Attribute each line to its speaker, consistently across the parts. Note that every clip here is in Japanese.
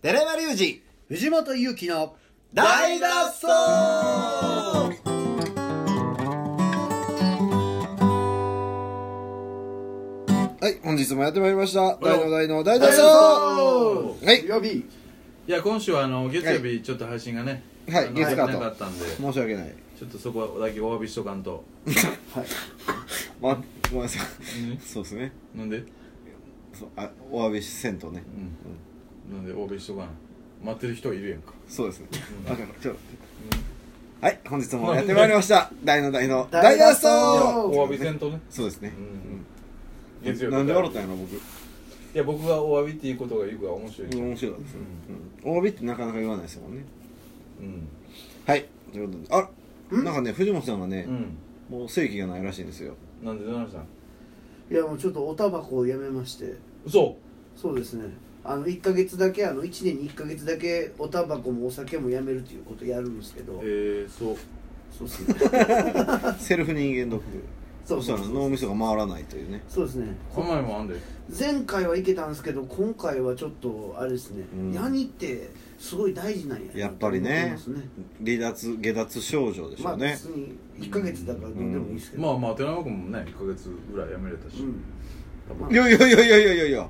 Speaker 1: 寺山隆二
Speaker 2: 藤本勇樹の
Speaker 1: 大脱走
Speaker 3: はい、本日もやってまいりました。大の大の大脱
Speaker 2: 大
Speaker 3: 走
Speaker 2: 丈
Speaker 3: はい
Speaker 2: 水曜日
Speaker 4: いや今週はあの月曜日ちょっと配信がね、
Speaker 3: はい
Speaker 4: あの
Speaker 3: 月火と
Speaker 4: なかったんでち
Speaker 3: 申し訳ない。
Speaker 4: ょっとそこだけお詫びしとかんと
Speaker 3: ま、ごめんなさい。
Speaker 4: ん
Speaker 3: そうですね。
Speaker 4: なんで、
Speaker 3: そうあ、お詫びせんとね。
Speaker 4: うん、なんでお詫びしとかん待ってる人いるやんか
Speaker 3: そうですね。わかるちょっとはい、本日もやってまいりました。大の大の
Speaker 2: 大
Speaker 3: 大
Speaker 2: 脱
Speaker 3: 脱
Speaker 2: 走
Speaker 3: 走
Speaker 4: お詫びせんとね、
Speaker 3: そうですね
Speaker 4: う。ん、月曜日
Speaker 3: なんで笑ったんやろ、僕。
Speaker 4: いや僕がお詫びっていうことが言うから面白い、うん
Speaker 3: 面白かったですね。うんお詫びってなかなか言わないですもんね。
Speaker 4: うん
Speaker 3: はい、ということで。あなんかね、藤本さんがね、もう正規がないらしいんですよ。
Speaker 4: なんでどうなしたん
Speaker 2: いやもうちょっとおタバコをやめまして
Speaker 4: 嘘
Speaker 2: そうですねあの1か月だけあの1年に1か月だけおタバコもお酒もやめるということやるんですけど
Speaker 4: えー、そう
Speaker 2: そうですね
Speaker 3: セルフ人間ドック。
Speaker 2: そ
Speaker 3: そうした
Speaker 2: そう
Speaker 3: ら
Speaker 2: そう
Speaker 3: 脳みそが回らないというね。
Speaker 2: そうですね
Speaker 4: この前もあんで
Speaker 2: 前回はいけたんですけど今回はちょっとあれですね、
Speaker 3: うん
Speaker 2: ヤニってすごい大事なんやな
Speaker 3: やっぱりね
Speaker 2: と思います
Speaker 3: 離脱、下脱症状でし
Speaker 2: ま
Speaker 3: ょ
Speaker 2: あ
Speaker 3: うね。
Speaker 2: 別に1か月だからどうでもいいですけど、
Speaker 4: まあまあ寺山君もね1ヶ月ぐらい辞めれたし、
Speaker 2: うん
Speaker 4: 多分
Speaker 3: いやいやいやいやいやいやいや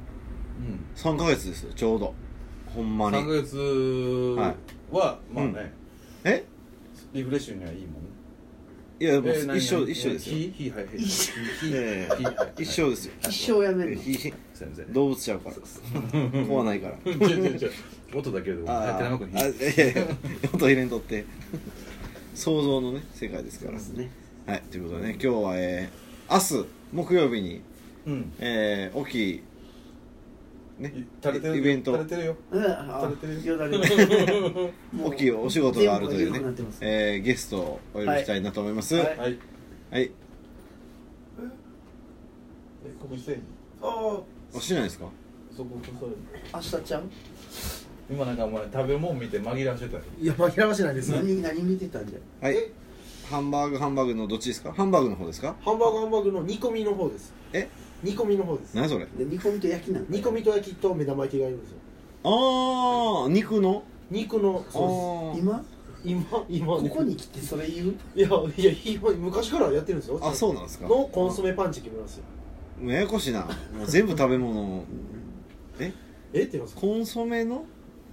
Speaker 4: うん
Speaker 3: 3ヶ月ですよちょうどほんま
Speaker 4: 3
Speaker 3: に
Speaker 4: ヶ月は、まあ
Speaker 3: うん
Speaker 4: ね、
Speaker 3: え
Speaker 4: リフレッシュにはいいもんね
Speaker 3: いやもう
Speaker 4: えー何
Speaker 3: 一緒
Speaker 4: 何
Speaker 3: 一緒です
Speaker 4: え
Speaker 3: よ
Speaker 4: ー火火はいはい
Speaker 3: え
Speaker 4: 火火
Speaker 3: 一緒ですよ
Speaker 2: 一生やめるの
Speaker 3: ひひ
Speaker 4: すいません
Speaker 3: 動物ちゃうから壊ないから
Speaker 4: 違う違う違う音だけで
Speaker 3: あ
Speaker 4: はい
Speaker 3: ー
Speaker 4: 寺山君
Speaker 3: あ
Speaker 4: 火
Speaker 3: いやいや音入れんとって想像のね世界ですから
Speaker 2: ですね
Speaker 3: はいということでね今日はえー、明日木曜日に
Speaker 4: うん
Speaker 3: えー、大きいね
Speaker 4: い垂れてる
Speaker 3: イベント
Speaker 4: 垂れてるよ
Speaker 2: うんあ
Speaker 4: 垂れてる
Speaker 2: よだ れがもう
Speaker 3: 大きいお仕事があるという
Speaker 2: 全部緩くなっ
Speaker 3: ね
Speaker 2: てます
Speaker 3: えー、ゲストをお呼びしたいなと思います
Speaker 2: はい
Speaker 4: はい
Speaker 3: はい、
Speaker 4: え告知せえへん
Speaker 3: おしないですか
Speaker 4: そこそれ
Speaker 2: 明日ちゃん
Speaker 4: 今なんかお前食べ物見て紛らわしてたよ
Speaker 5: いや、紛らわしないですね。
Speaker 2: 何何見てたんじゃ
Speaker 3: はい。ハンバーグハンバーグのどっちですか？ハンバーグの方ですか？
Speaker 5: ハンバーグハンバーグの煮込みの方です。
Speaker 3: え？
Speaker 5: 煮込みの方です。
Speaker 3: 何それ？
Speaker 2: で煮込みと焼きなんだ
Speaker 5: 煮込みと焼きと目玉焼きがあるんですよ。
Speaker 3: ああ肉の。
Speaker 5: 肉の、そ
Speaker 3: あー
Speaker 2: 今
Speaker 5: うです。今、今、
Speaker 2: ここに来てそれ言う
Speaker 5: いや、いや、今、昔からやってるんですよ。
Speaker 3: あそうなんですか？
Speaker 5: のコンソメパンチ決めますよ。
Speaker 3: ややこしいな。もう全部食べ物。え？
Speaker 5: えって言いますか
Speaker 3: コンソメの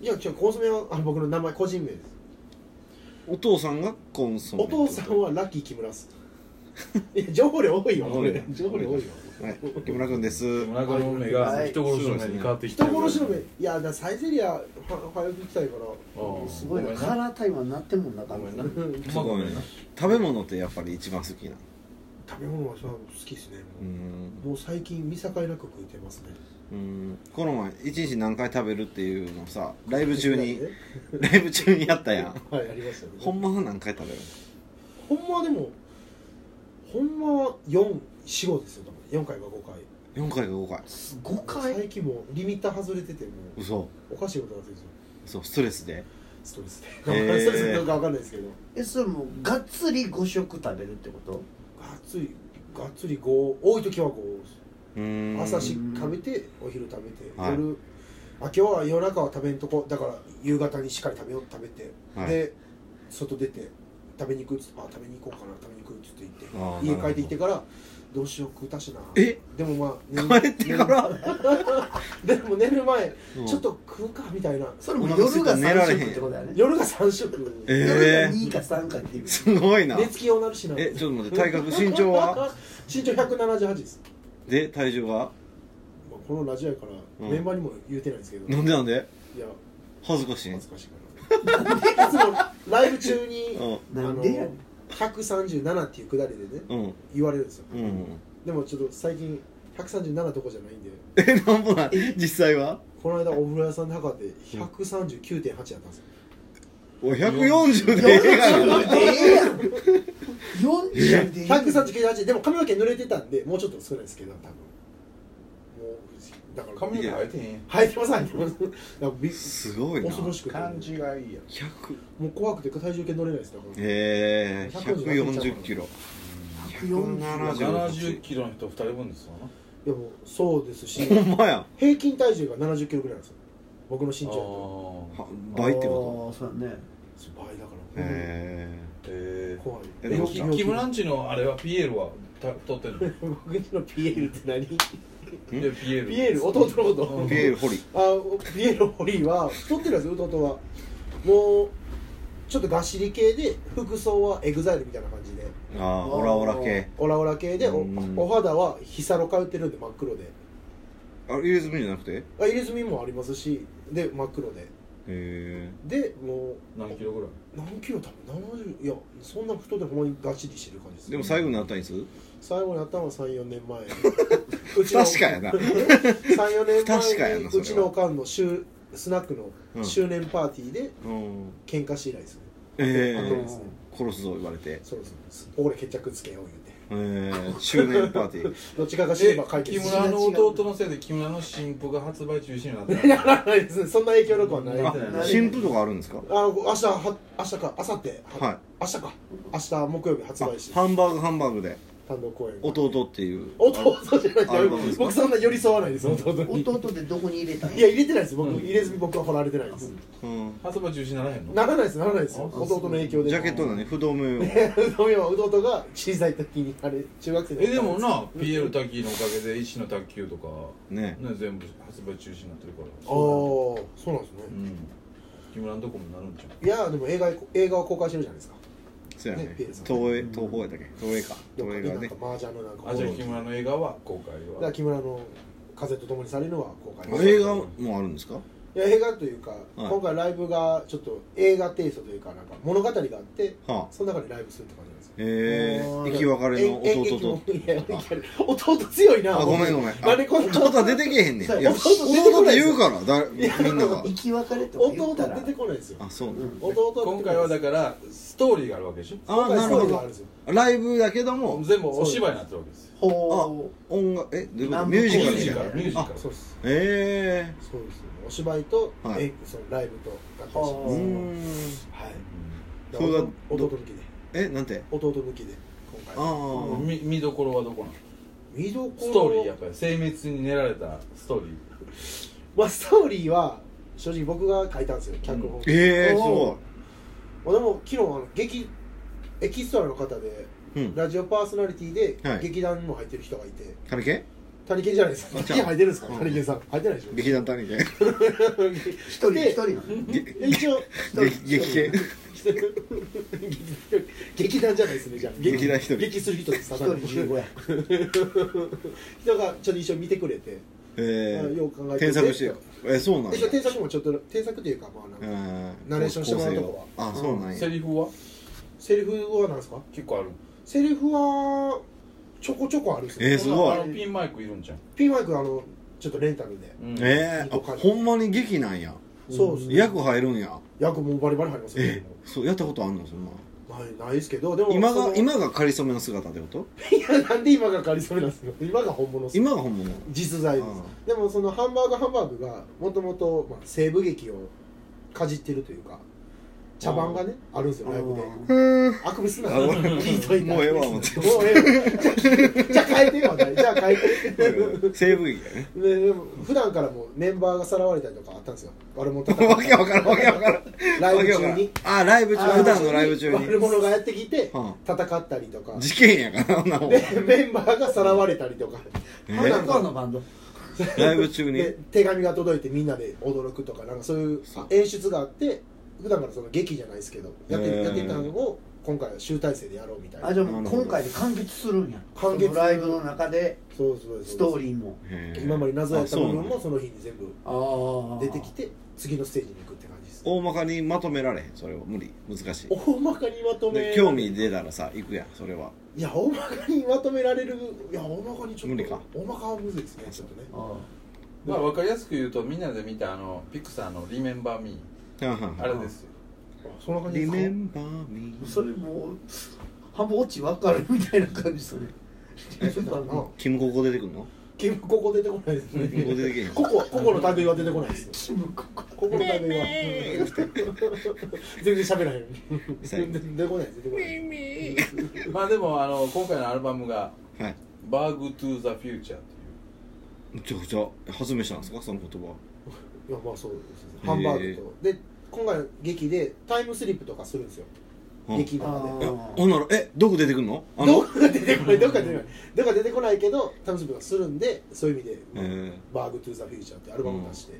Speaker 5: いや、違う、コンソメはあの僕の名前、個人名です。
Speaker 3: お父さんがコンソメ。
Speaker 5: お父さん。はラッキー木村っす。いや、情報量多いよ、これ
Speaker 3: 多い
Speaker 5: 情報量多いよ。
Speaker 3: はい。木村君です。
Speaker 4: お腹の目が人殺しの目に変わってきて
Speaker 5: 人殺しの目、いや、だからサイゼリア、は早く行きたいから。
Speaker 4: ああ
Speaker 2: すごい
Speaker 4: ご
Speaker 2: な
Speaker 4: めん
Speaker 2: カ
Speaker 4: な
Speaker 2: ラータイマーになってんもんなか
Speaker 4: ごめん
Speaker 2: ん
Speaker 4: な
Speaker 2: な
Speaker 5: うん
Speaker 3: すごいね。食べ物ってやっぱり一番好きなの。
Speaker 5: 食べ物はさ好きですね。
Speaker 3: うーん。
Speaker 5: もう最近見境なく食ってますね
Speaker 3: うーん。この前一日何回食べるっていうのさ、ライブ中にライブ中にやったや ん。
Speaker 5: はいありましたね
Speaker 3: ほんまは何回食べる？
Speaker 5: ほんまはでもほんまは445ですよ多分4回か5回
Speaker 3: 四回か五回。
Speaker 2: 5回
Speaker 5: 最近もうリミッター外れてても
Speaker 3: 嘘。
Speaker 5: うおかしいことになってるんですよ
Speaker 3: そうストレスで。
Speaker 5: ストレスで、
Speaker 3: へー
Speaker 5: ストレスか分かんないですけど
Speaker 2: えそれもうがっつり5食食べるってこと
Speaker 5: がっつりがっつり5多い時は5
Speaker 3: うーん
Speaker 5: 朝6食べてお昼食べて
Speaker 3: はい
Speaker 5: 夜、あ今日は夜中は食べんとこだから夕方にしっかり食べよう食べて、
Speaker 3: はい
Speaker 5: で外出て食べに行くっつってあ食べに行こうかな食べに行くっつって
Speaker 3: あ
Speaker 5: 言
Speaker 3: ー
Speaker 5: って家帰ってきてからどうしよう食うたしな
Speaker 3: え
Speaker 5: でもま あ
Speaker 3: 帰ってから
Speaker 5: 寝るでも寝る前
Speaker 3: うん
Speaker 5: ちょっと食うかみたいな
Speaker 2: それも
Speaker 3: お腹
Speaker 2: 夜が
Speaker 3: 空いたら寝
Speaker 2: 3
Speaker 3: られへ
Speaker 2: 食
Speaker 3: ん
Speaker 2: ってことだよね
Speaker 5: 夜が3食
Speaker 3: え
Speaker 2: 夜が2か3かっていう
Speaker 3: すごいな
Speaker 5: 寝つきようなるしな
Speaker 3: えちょっと待って体格身長は
Speaker 5: 身長178です、
Speaker 3: で体重が
Speaker 5: まあこのラジオやから、
Speaker 3: うん
Speaker 5: メンバーにも言うてないんですけど
Speaker 3: なんでなんで
Speaker 5: いや
Speaker 3: 恥ずかしい
Speaker 5: 恥ずかしいから いつもライブ中に、
Speaker 3: う
Speaker 5: あ
Speaker 2: なん
Speaker 5: の
Speaker 2: でやねん
Speaker 5: 137っていうくだりでね
Speaker 3: うん
Speaker 5: 言われるんですよ、
Speaker 3: うん
Speaker 5: でもちょっと最近137どこじゃないんで
Speaker 3: えなんもない実際は
Speaker 5: この間お風呂屋さんの中で139.8やったんですよ
Speaker 3: お140でええがな
Speaker 2: 40でええやん40でええやん
Speaker 5: 139.8でも髪の毛濡れてたんでもうちょっと少ないですけど多分もうだから
Speaker 4: 髪の毛生えてへんやん
Speaker 5: 生えてます生えてますだからび
Speaker 3: すごいな
Speaker 5: 恐ろしくて
Speaker 4: 感じがいいやん
Speaker 3: 100
Speaker 5: もう怖くて体重計乗れないですだから
Speaker 3: ええ140キロ
Speaker 4: 70キロの人2人分ですわない
Speaker 5: やもうそうですし
Speaker 3: ほんまや
Speaker 5: 平均体重が70キロぐらいなんですよ僕の身
Speaker 4: あ
Speaker 5: 長やと
Speaker 4: ー
Speaker 3: は倍ってこ
Speaker 2: ああそうやね
Speaker 5: そう倍だから
Speaker 3: とへ
Speaker 4: えー
Speaker 5: 怖い
Speaker 3: え
Speaker 4: え
Speaker 3: でも
Speaker 4: キキムランチのあれはピエールはた撮ってる の
Speaker 5: 僕のピエールって何
Speaker 4: いやピエール
Speaker 5: ピエール弟のこと
Speaker 3: え
Speaker 4: うん
Speaker 3: ピエール堀
Speaker 5: あピエロ・ホリーは太ってるやつ弟はもうちょっとがっしり系で服装はエグザイルみたいな感じで
Speaker 3: ああオラオラ系
Speaker 5: オラオラ系でお
Speaker 3: うん
Speaker 5: お肌はヒサロ通ってるんで真っ黒で
Speaker 3: あ入れ墨じゃなくてへ
Speaker 5: あ入れ墨もありますしで真っ黒で
Speaker 3: え
Speaker 5: でもう
Speaker 4: 何キロぐらい
Speaker 5: 何キロ多分70いやそんな太ってほんまにがっしりしてる感じです
Speaker 3: でも最後になったんです
Speaker 5: 最後に頭34年 前う
Speaker 3: 不確かや な
Speaker 5: 34年
Speaker 3: 確かや
Speaker 5: 前に
Speaker 3: なそれ
Speaker 5: う
Speaker 3: は
Speaker 5: ちのおかんの周スナック
Speaker 3: うん
Speaker 5: の周年パーティーで
Speaker 3: うん
Speaker 5: 喧嘩して以来ですね、
Speaker 3: え
Speaker 5: あ
Speaker 3: え
Speaker 5: のですね
Speaker 3: 殺すぞ言われて
Speaker 5: そうです俺決着つけよう言うて
Speaker 3: えー、周年パーティー
Speaker 5: どっちかが死ねば解
Speaker 4: え
Speaker 5: 決
Speaker 4: 木
Speaker 5: する
Speaker 4: 村の弟のせいで木村の新婦が発売中止になった
Speaker 5: いやらないですねそんな影響力はない
Speaker 4: あ
Speaker 5: あ
Speaker 3: あ新婦とかあるんですか
Speaker 5: 明日は明日か明後日
Speaker 3: はい
Speaker 5: 明日か明日木曜日発
Speaker 3: あ
Speaker 5: 売して
Speaker 3: ハンバーグハンバーグで
Speaker 5: 単独公演
Speaker 3: 弟っていう
Speaker 5: 弟じゃ
Speaker 3: あ
Speaker 5: な
Speaker 3: あ
Speaker 5: い
Speaker 3: れなんですか
Speaker 5: 僕そんな寄り添わないです弟に
Speaker 2: 弟ってどこに入れたん
Speaker 5: いや入れてないです僕
Speaker 4: うん
Speaker 5: 入れずに僕は掘られてないです
Speaker 3: うん
Speaker 4: 発売中止にならへんの
Speaker 5: ならないですならないです
Speaker 4: あ
Speaker 5: 弟の影響で
Speaker 3: ジャケット だね不動明王
Speaker 5: トは弟が小さい時にあれ中学生の
Speaker 4: えでもなピエール滝のおかげで石の卓球とか、
Speaker 3: ね
Speaker 4: ね、全部発売中止になってるから
Speaker 5: ああそうなんですね
Speaker 4: うん木村のとこもなるんちゃう
Speaker 5: いやでも映画映画を公開してるじゃないですか
Speaker 3: そうやね
Speaker 5: ねピエールさん
Speaker 3: 東映東宝やったっけ東映か
Speaker 5: ど
Speaker 3: 東映
Speaker 5: っかで
Speaker 3: が
Speaker 5: なん
Speaker 3: ね
Speaker 5: か麻雀のなんか
Speaker 4: あじゃあ木村の映画は公開
Speaker 5: だから
Speaker 4: は
Speaker 5: 木村の風と共にされるのは公開です
Speaker 3: 映画もあるんですか
Speaker 5: いや映画というか、今回ライブがちょっと映画テイストというかなんか物語があって
Speaker 3: はあ
Speaker 5: その中でライブするって感じなんですよ
Speaker 3: え
Speaker 2: も
Speaker 3: ー、
Speaker 2: う
Speaker 3: 生き別れの弟と
Speaker 5: えええいやいや弟強いな
Speaker 3: あごめんごめん
Speaker 5: なんでこんな
Speaker 3: 弟は出てけえへんねんいや
Speaker 5: 弟出て
Speaker 3: 弟
Speaker 5: こ
Speaker 3: っ
Speaker 5: ない
Speaker 3: て
Speaker 5: です
Speaker 3: 言
Speaker 5: よ
Speaker 3: うからだみんなが
Speaker 2: 生き別れとか言
Speaker 5: 弟
Speaker 2: ったら
Speaker 5: 出てこないですよ
Speaker 3: あそう
Speaker 2: うん
Speaker 5: 弟出てこない
Speaker 4: 今回はだからストーリーがあるわけでしょ
Speaker 3: あなる
Speaker 5: 今回ストー
Speaker 3: ほ
Speaker 5: リーがあ
Speaker 3: ど
Speaker 5: んですよ
Speaker 3: ライブだけども
Speaker 4: 全部お芝居になってるわけですよ
Speaker 2: ほ
Speaker 3: 音楽えどういうこと
Speaker 2: 南部
Speaker 3: ミュー
Speaker 4: ミ
Speaker 3: ジ
Speaker 4: ュ
Speaker 3: カルみたいな
Speaker 4: ージカルミュージカル
Speaker 5: そうです
Speaker 3: え
Speaker 5: そうですお芝居と、
Speaker 3: はい
Speaker 5: えそのライブと合
Speaker 3: ー、
Speaker 5: 体
Speaker 3: う
Speaker 5: し
Speaker 3: ー
Speaker 5: て
Speaker 3: ん
Speaker 5: はい
Speaker 3: それが
Speaker 5: 弟弟抜きで
Speaker 3: えなんて
Speaker 5: 弟抜きで今
Speaker 3: あ
Speaker 5: 回
Speaker 4: う
Speaker 3: あ
Speaker 4: んみ見どころはどこなの
Speaker 5: 見どころ
Speaker 4: ストーリーやっぱり精密に練られたストーリ
Speaker 5: まあストーリーは正直僕が書いたんですよ脚本、
Speaker 3: ええー、す
Speaker 5: お
Speaker 3: ご
Speaker 5: ーまあ、でも昨日あの劇エキストラの方で
Speaker 3: いうん
Speaker 5: ラジオパーソナリティで
Speaker 3: はい
Speaker 5: 劇団にも入ってる人がいて
Speaker 3: 谷系
Speaker 5: 谷健じゃないですか
Speaker 3: あ
Speaker 5: 谷健入ってるんですか
Speaker 3: うん
Speaker 5: 谷健さん入ってないでしょ
Speaker 3: 劇団谷系
Speaker 2: う一人一人なの
Speaker 5: で一応
Speaker 3: 劇劇系
Speaker 5: 劇団じゃないですねじゃあ
Speaker 3: 劇団一人
Speaker 5: 劇する人です
Speaker 2: 一
Speaker 5: ただ
Speaker 2: 人
Speaker 5: の
Speaker 2: 15や
Speaker 5: 人がちょっと一緒に見てくれて、
Speaker 3: え
Speaker 5: あよう考
Speaker 3: ー、
Speaker 5: えて
Speaker 3: 添削してよ
Speaker 5: で
Speaker 3: えそうなん
Speaker 5: 一応
Speaker 3: だ
Speaker 5: 添削もちょっと添削というかまあなんか、
Speaker 3: ナ
Speaker 5: ナレーションしてもらうとこ
Speaker 3: あそうなん
Speaker 4: ー
Speaker 3: や
Speaker 4: セリフは
Speaker 5: セリフは何ですか
Speaker 4: 結構ある
Speaker 5: セリフはちょこちょこあるんですよ
Speaker 3: えすごい
Speaker 4: あのピンマイクいるんじゃん、
Speaker 5: ピンマイクあのちょっとレンタルで、
Speaker 4: うん
Speaker 3: えー、あほんまに劇なんや
Speaker 5: そうですね
Speaker 3: 役入るんや
Speaker 5: 役もバリバリ入りますよ、
Speaker 3: えそうやったことあんのそんな
Speaker 5: ないないですけどでも
Speaker 3: 今
Speaker 5: その
Speaker 3: が今がかりそめの姿ってこと
Speaker 5: いやなんで今が仮そめなんですよ今が本物です
Speaker 3: 今が本物
Speaker 5: 実在です
Speaker 3: あ
Speaker 5: でもそのハンバーグハンバーグがもともとまあ西部劇をかじってるというか茶番がねあるんですよライブであくびすんな
Speaker 3: あごめん
Speaker 5: 聞いといて
Speaker 3: もうええわ思って
Speaker 5: もうええわじゃあ変えてよ話題じゃあ変えて
Speaker 3: 西部劇やね
Speaker 5: ででも普段からもメンバーがさらわれたりとかあったんですよ悪者叩かれ
Speaker 3: わけ
Speaker 5: たり
Speaker 3: わからんわけわからん
Speaker 5: ライブ
Speaker 3: わけわ
Speaker 5: 中に
Speaker 3: からんあライブ中普段のライブ中
Speaker 5: 悪
Speaker 3: に
Speaker 5: 者がやってきて
Speaker 3: は
Speaker 5: 戦ったりとか
Speaker 3: 事件やからなもん
Speaker 5: でメンバーがさらわれたりとか
Speaker 3: え
Speaker 2: ハナコのバンド
Speaker 3: ライブ中に
Speaker 5: で手紙が届いてみんなで驚くとかなんかそういう
Speaker 3: そう
Speaker 5: 演出があって普段からその劇じゃないですけどやって
Speaker 3: へー
Speaker 5: やってたのを今回は集大成でやろうみたいな
Speaker 2: あじゃあもう今回で完結するんや
Speaker 5: 完結
Speaker 2: そのライブの中で
Speaker 5: そうそうそう
Speaker 2: ストー
Speaker 5: リ
Speaker 2: リーも
Speaker 3: へー
Speaker 5: 今まで謎だった部分
Speaker 3: あそう
Speaker 5: も
Speaker 3: なんや
Speaker 5: その日に全部
Speaker 2: あ
Speaker 5: 出てきて次のステージに行くって感じです
Speaker 3: 大まかにまとめられへんそれは無理難しい
Speaker 5: 大まかにまとめ
Speaker 3: で興味出たらさ行くやんそれはい
Speaker 5: や大まかにまとめられるいや大まかにちょっと
Speaker 3: 無理か
Speaker 5: 大まかはむずいですねちょっとね
Speaker 2: あ
Speaker 4: まあ分かりやすく言うとみんなで見たあのピクサーの「リメンバー・ミー
Speaker 3: はんはん」は
Speaker 4: あ
Speaker 3: ん
Speaker 4: れですよ
Speaker 5: あそんな感じ
Speaker 3: リ
Speaker 5: ですか
Speaker 3: メンバーミ
Speaker 2: あ
Speaker 3: ー
Speaker 2: それもう半分落ち分かるみたいな感じそれ
Speaker 5: そうだな
Speaker 3: キムココ出てくんの
Speaker 5: キムここ出てこないです
Speaker 3: キムコ
Speaker 5: ね
Speaker 3: 出てけへん
Speaker 5: ここここの類は出てこないですね
Speaker 2: キムここ
Speaker 5: ここのためは全然喋らへん全然出てこない出てこない
Speaker 4: まあでもあの今回のアルバムが
Speaker 3: はい
Speaker 4: 「バーグ・トゥ・ザ・フューチャー」とい
Speaker 3: めちゃ
Speaker 4: う
Speaker 3: くちゃ発明したんですかその言葉
Speaker 5: いやまあそうですね
Speaker 3: へー
Speaker 5: ハンバーグとで今回の劇でタイムスリップとかするんですよ
Speaker 3: うん
Speaker 5: 劇の中で
Speaker 2: あー
Speaker 3: ほんならえどこ出てくんのあの
Speaker 5: どっか出てこないどっか出てこないどっか出てこないけどタイムスリップがするんでそういう意味で
Speaker 3: えー
Speaker 5: 「バーグ・トゥ・ザ・フューチャー」ってアルバムを出して、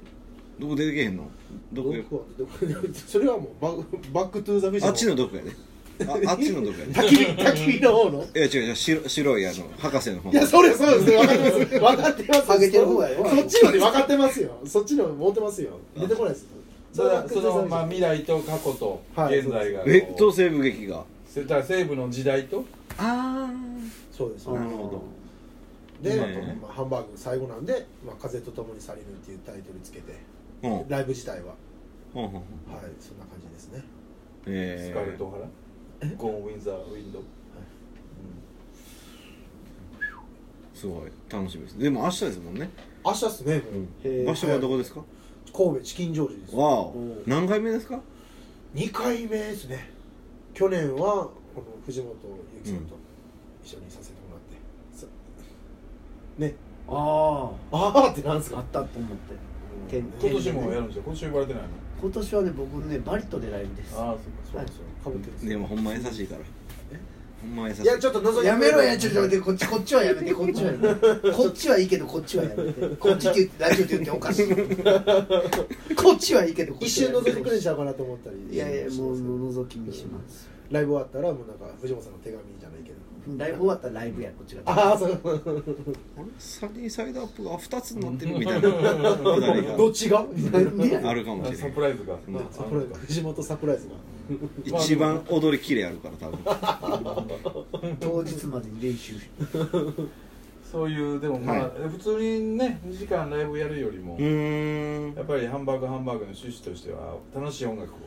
Speaker 3: どこ出てけへんのどこ
Speaker 5: どこどこそれはもうバ「バック・トゥ・ザ・フューチャー」
Speaker 3: あっちのどこやで ああっちのどこやで
Speaker 5: 焚き火焚き火の方の
Speaker 3: いや違う違う白白いあの博士の方
Speaker 5: いや、それ、そうです。分かってます。分かってます。
Speaker 2: 下げてる方やよ
Speaker 5: そっちので分かってますよ。そっちの持ってますよ。出てこないです。
Speaker 4: それはその、まあ、
Speaker 5: み
Speaker 4: 未来と過去と
Speaker 5: はい
Speaker 4: 現在がこう
Speaker 3: え東西部劇が
Speaker 4: それから西部の時代と
Speaker 3: あ
Speaker 5: そうです。
Speaker 3: なるほど
Speaker 5: で、まあ
Speaker 3: ね
Speaker 5: まあハンバーグ最後なんで、まあ、風と共に去りぬっていうタイトルつけて、
Speaker 3: あうんうん
Speaker 5: ライブ自体は、はい、
Speaker 3: うんうん
Speaker 5: そんな感じですね。
Speaker 3: え
Speaker 4: スカーレッ
Speaker 3: ー
Speaker 4: ト・オハラゴーン・ウィンザー・ウィンドウ
Speaker 3: すごい楽しみですでも明日ですもんね
Speaker 5: 明日ですね、もう
Speaker 2: へー
Speaker 3: 場所はどこですか
Speaker 5: 神戸チキンジョージです。
Speaker 3: わあ
Speaker 2: うん
Speaker 3: 何回目ですか
Speaker 5: 2回目ですね。去年は、この藤本ゆきさんと一緒にさせてもらって。さね、
Speaker 2: あ
Speaker 5: あーってなんです
Speaker 2: ああ
Speaker 5: か
Speaker 2: ったと思って
Speaker 5: う
Speaker 2: て
Speaker 5: ん
Speaker 2: ん
Speaker 4: 今年もやるんですよ今年呼ばれてないの
Speaker 2: 今年はね僕ねバリと出ないんです
Speaker 4: ああそう
Speaker 5: そうなんですよ。かぶってるんですよ
Speaker 3: でもほんま優しいから
Speaker 5: え
Speaker 3: ほんま優しい
Speaker 5: いや、ちょっと覗いて
Speaker 2: やめろやちょっと待ってこっちこっちはやめてこっちはや めてこっちはいいけどこっちはやめてこっちって言ってラジオで言っておか しいこっちはいいけどこっ
Speaker 5: 一
Speaker 2: ちは
Speaker 5: 瞬
Speaker 2: や
Speaker 5: 覗
Speaker 2: め
Speaker 5: いてくれんちゃうかなと思ったり
Speaker 2: いやいやもうもう覗き見します
Speaker 5: ライブ終わったらもうなんか藤本さんの手紙じゃないけど
Speaker 2: ライブ終わったらライブやこっちが
Speaker 5: ああそう
Speaker 3: あれサニーサイドアップが2つになってるみたいなくだり
Speaker 5: どっちがみたいな
Speaker 2: なんでやねん
Speaker 3: があるかもしれな
Speaker 4: サ
Speaker 3: い
Speaker 4: プライズが
Speaker 5: まあサプライズが藤本サプライズが
Speaker 3: 一番踊りきれあるから多分
Speaker 2: 当日までに練習して
Speaker 4: そういうでもまあ、
Speaker 3: は
Speaker 4: 普通にね2時間ライブやるよりも、
Speaker 3: うーん
Speaker 4: やっぱりハンバーグハンバーグの趣旨としては楽しい音楽を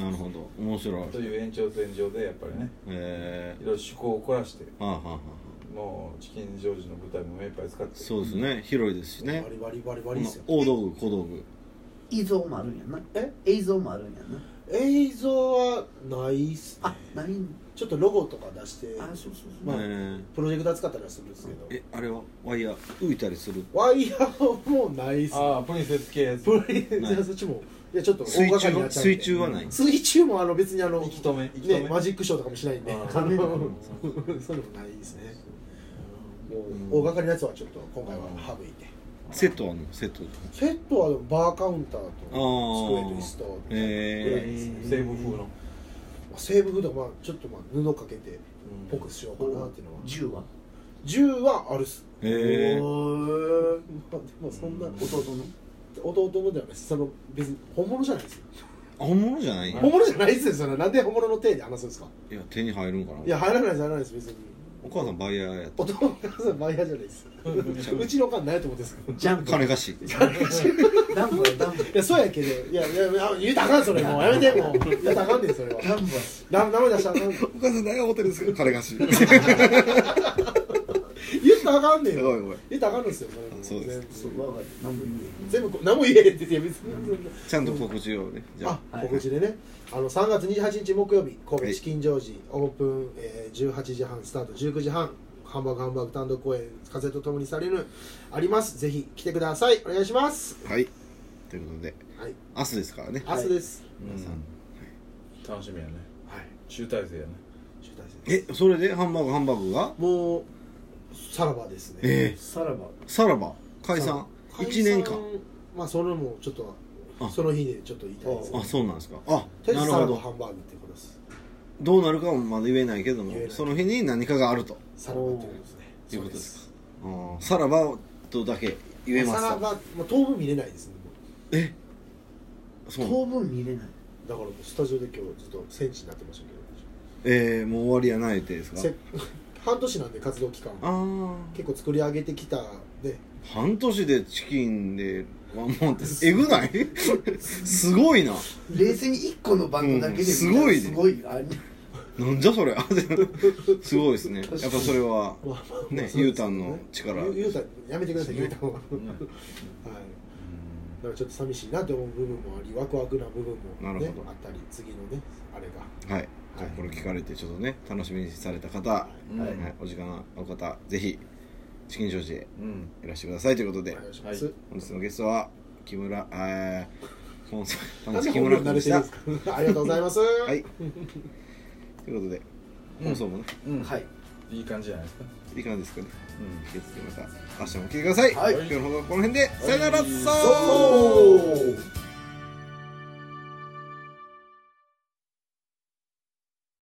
Speaker 3: なるほど面白い
Speaker 4: という延長線上でやっぱりね
Speaker 3: え
Speaker 4: いろいろ趣向を凝らして
Speaker 3: ー、はあはあはあ
Speaker 4: もうチキンジョージの舞台も目いっぱい使って
Speaker 3: そうですね広いですしね
Speaker 5: バリバリバリバ
Speaker 3: こ
Speaker 5: リで
Speaker 3: の
Speaker 5: すよ
Speaker 3: 大道具小道具
Speaker 2: 映像もあるんやな
Speaker 5: え
Speaker 2: 映像もあるんやな
Speaker 5: 映像はないっすね
Speaker 2: あないん
Speaker 5: ちょっとロゴとか出して
Speaker 2: あそうそうそう、
Speaker 5: まあ
Speaker 3: えー
Speaker 5: プロジェクター使ったりはするんですけど
Speaker 3: えあれはワイヤー浮いたりする
Speaker 5: ワイヤーもないっすね
Speaker 4: ああプリンセス系やつ
Speaker 5: プロジェクターそっちもいやちょっと大掛かりになっちゃうんで
Speaker 3: 水中は水中はない
Speaker 5: 水中もあの別にあの
Speaker 4: 息止め息止め、
Speaker 5: ね、マジックショーとかもしないんで、
Speaker 4: あー
Speaker 5: あのそういうのもないですね。もう大掛かりなやつはちょっと今回は省いて。
Speaker 3: セットはあんのセット
Speaker 5: セットはでもバーカウンターと
Speaker 3: あー
Speaker 5: 机と椅子とみたいなぐらいですね。
Speaker 4: 西部風の、
Speaker 5: まあ西部風とかまあちょっとまあ布かけてぽくしようかなっていうのは。
Speaker 2: 銃は
Speaker 5: 銃はあるっす。
Speaker 3: へえ
Speaker 2: おー
Speaker 5: まあでもそんな
Speaker 2: 弟の
Speaker 5: 弟のではないです。その別に本物じゃないですよ。
Speaker 3: 本物じゃないんや
Speaker 5: 本物じゃないですよ。それなんで本物の手で話すんですか。
Speaker 3: いや手に入るんか
Speaker 5: い
Speaker 3: な
Speaker 5: や入らないです入らないです別に。
Speaker 3: お母さんバイヤーやった
Speaker 5: お父さんバイヤーじゃないです。うちのおかんないと思うんですけど。
Speaker 2: ジャンプ
Speaker 3: 金貸し
Speaker 2: ダンボやダンボ
Speaker 5: いや、そうやけど、いや、いや、いや言うたらあかん、それ、もう、やめて、もう、言うたらあかんねん、それは。
Speaker 2: ダンボや
Speaker 5: だ、ダメ出したらあか
Speaker 3: お
Speaker 5: ん。
Speaker 3: 母さん何がホテルですか金 貸し
Speaker 5: 言ったらあかんねん
Speaker 3: ごめ
Speaker 5: よ
Speaker 3: んごめん。
Speaker 5: 言ったらあかんのですよ、それも。
Speaker 3: そうです
Speaker 2: そう我がダンボ言え
Speaker 5: 全部。全部、何も言えへんって言って、別に。
Speaker 3: ちゃんと告知をねじゃ
Speaker 5: あ
Speaker 3: あ、
Speaker 2: はい
Speaker 5: 告知でね、あの、3月28日木曜日、神
Speaker 3: は
Speaker 5: 戸
Speaker 3: い
Speaker 5: チキンジョージ、オープン、えー、18時半、スタート19時半、ハンバーグハンバーグ単独公演、風と共にされる、あります。ぜひ、来てください。お願いします。
Speaker 3: はいということで
Speaker 5: はい、
Speaker 3: 明日ですからね
Speaker 5: 明日です。
Speaker 4: う
Speaker 3: 皆さん
Speaker 4: ん楽しみやね
Speaker 5: はい、
Speaker 4: 集大成やね
Speaker 5: 集大成です。
Speaker 3: えそれでハンバーグハンバーグが
Speaker 5: もう、さらばですね。
Speaker 3: え
Speaker 2: さらば
Speaker 3: ー、さらば解散
Speaker 5: 解散
Speaker 3: 1年間
Speaker 5: まあそれもちょっと
Speaker 3: あ
Speaker 5: その日でちょっと言いたいですけど
Speaker 3: あそうなんですかあ
Speaker 5: とりあ
Speaker 3: なる
Speaker 5: えずサラ
Speaker 3: ほ
Speaker 5: ダ
Speaker 3: ど
Speaker 5: ハンバーグってことです
Speaker 3: どうなるかもまだ言えないけども
Speaker 5: 言えない
Speaker 3: その日に何かがあると
Speaker 5: サラダってことですね
Speaker 3: いうことですあーさらばとだけ言えます
Speaker 5: サラ
Speaker 3: と
Speaker 5: ダまあ当分見れないですねも
Speaker 3: えそう
Speaker 2: 当分見れないう
Speaker 5: だからもうスタジオで今日ずっと戦地になってましたけ
Speaker 3: えー、もう終わりやないってですか
Speaker 5: どせ 半年なんで活動期間
Speaker 3: あー
Speaker 5: 結構作り上げてきたで
Speaker 3: 半年でチキンでワンモンってえぐない すごいな
Speaker 2: 冷静に一個のバンドだけで見たら
Speaker 3: うんすごいね
Speaker 2: すごいよあれ
Speaker 3: なんじゃ それすごいですねやっぱそれは
Speaker 5: まあまあまあ
Speaker 3: ね
Speaker 5: そう
Speaker 3: ゆうたんの力
Speaker 5: ゆゆうたんやめてくださいゆうたんははい
Speaker 4: うんうん
Speaker 5: だからちょっと寂しいなって思う部分もありワクワクな部分
Speaker 3: な
Speaker 5: も
Speaker 3: る
Speaker 5: ね
Speaker 3: ほど
Speaker 5: あったり次のねあれが
Speaker 3: はいじゃあこれ聞かれてちょっとね楽しみにされた方、は
Speaker 4: うん
Speaker 2: はい
Speaker 3: いお時間のある方ぜひチキンジョージへ
Speaker 4: うん
Speaker 3: いらしてくださいということで
Speaker 5: お願いします
Speaker 3: 本日のゲストは木村えーポンスポン
Speaker 5: なん
Speaker 3: ス
Speaker 5: で
Speaker 3: 木
Speaker 5: 本
Speaker 3: 村君
Speaker 5: 名慣
Speaker 3: で
Speaker 5: れ
Speaker 3: して
Speaker 5: る
Speaker 3: た
Speaker 5: んですかありがとうございます
Speaker 3: はいということで放送もね、
Speaker 4: うん、、
Speaker 2: はいい
Speaker 4: い感じじゃないですか
Speaker 3: いい感じですかね
Speaker 4: うん
Speaker 3: 気をつけまた明日も来てください、
Speaker 2: はい
Speaker 3: 今日の放送はこの辺で、さよなら
Speaker 4: はい
Speaker 3: さー
Speaker 2: おー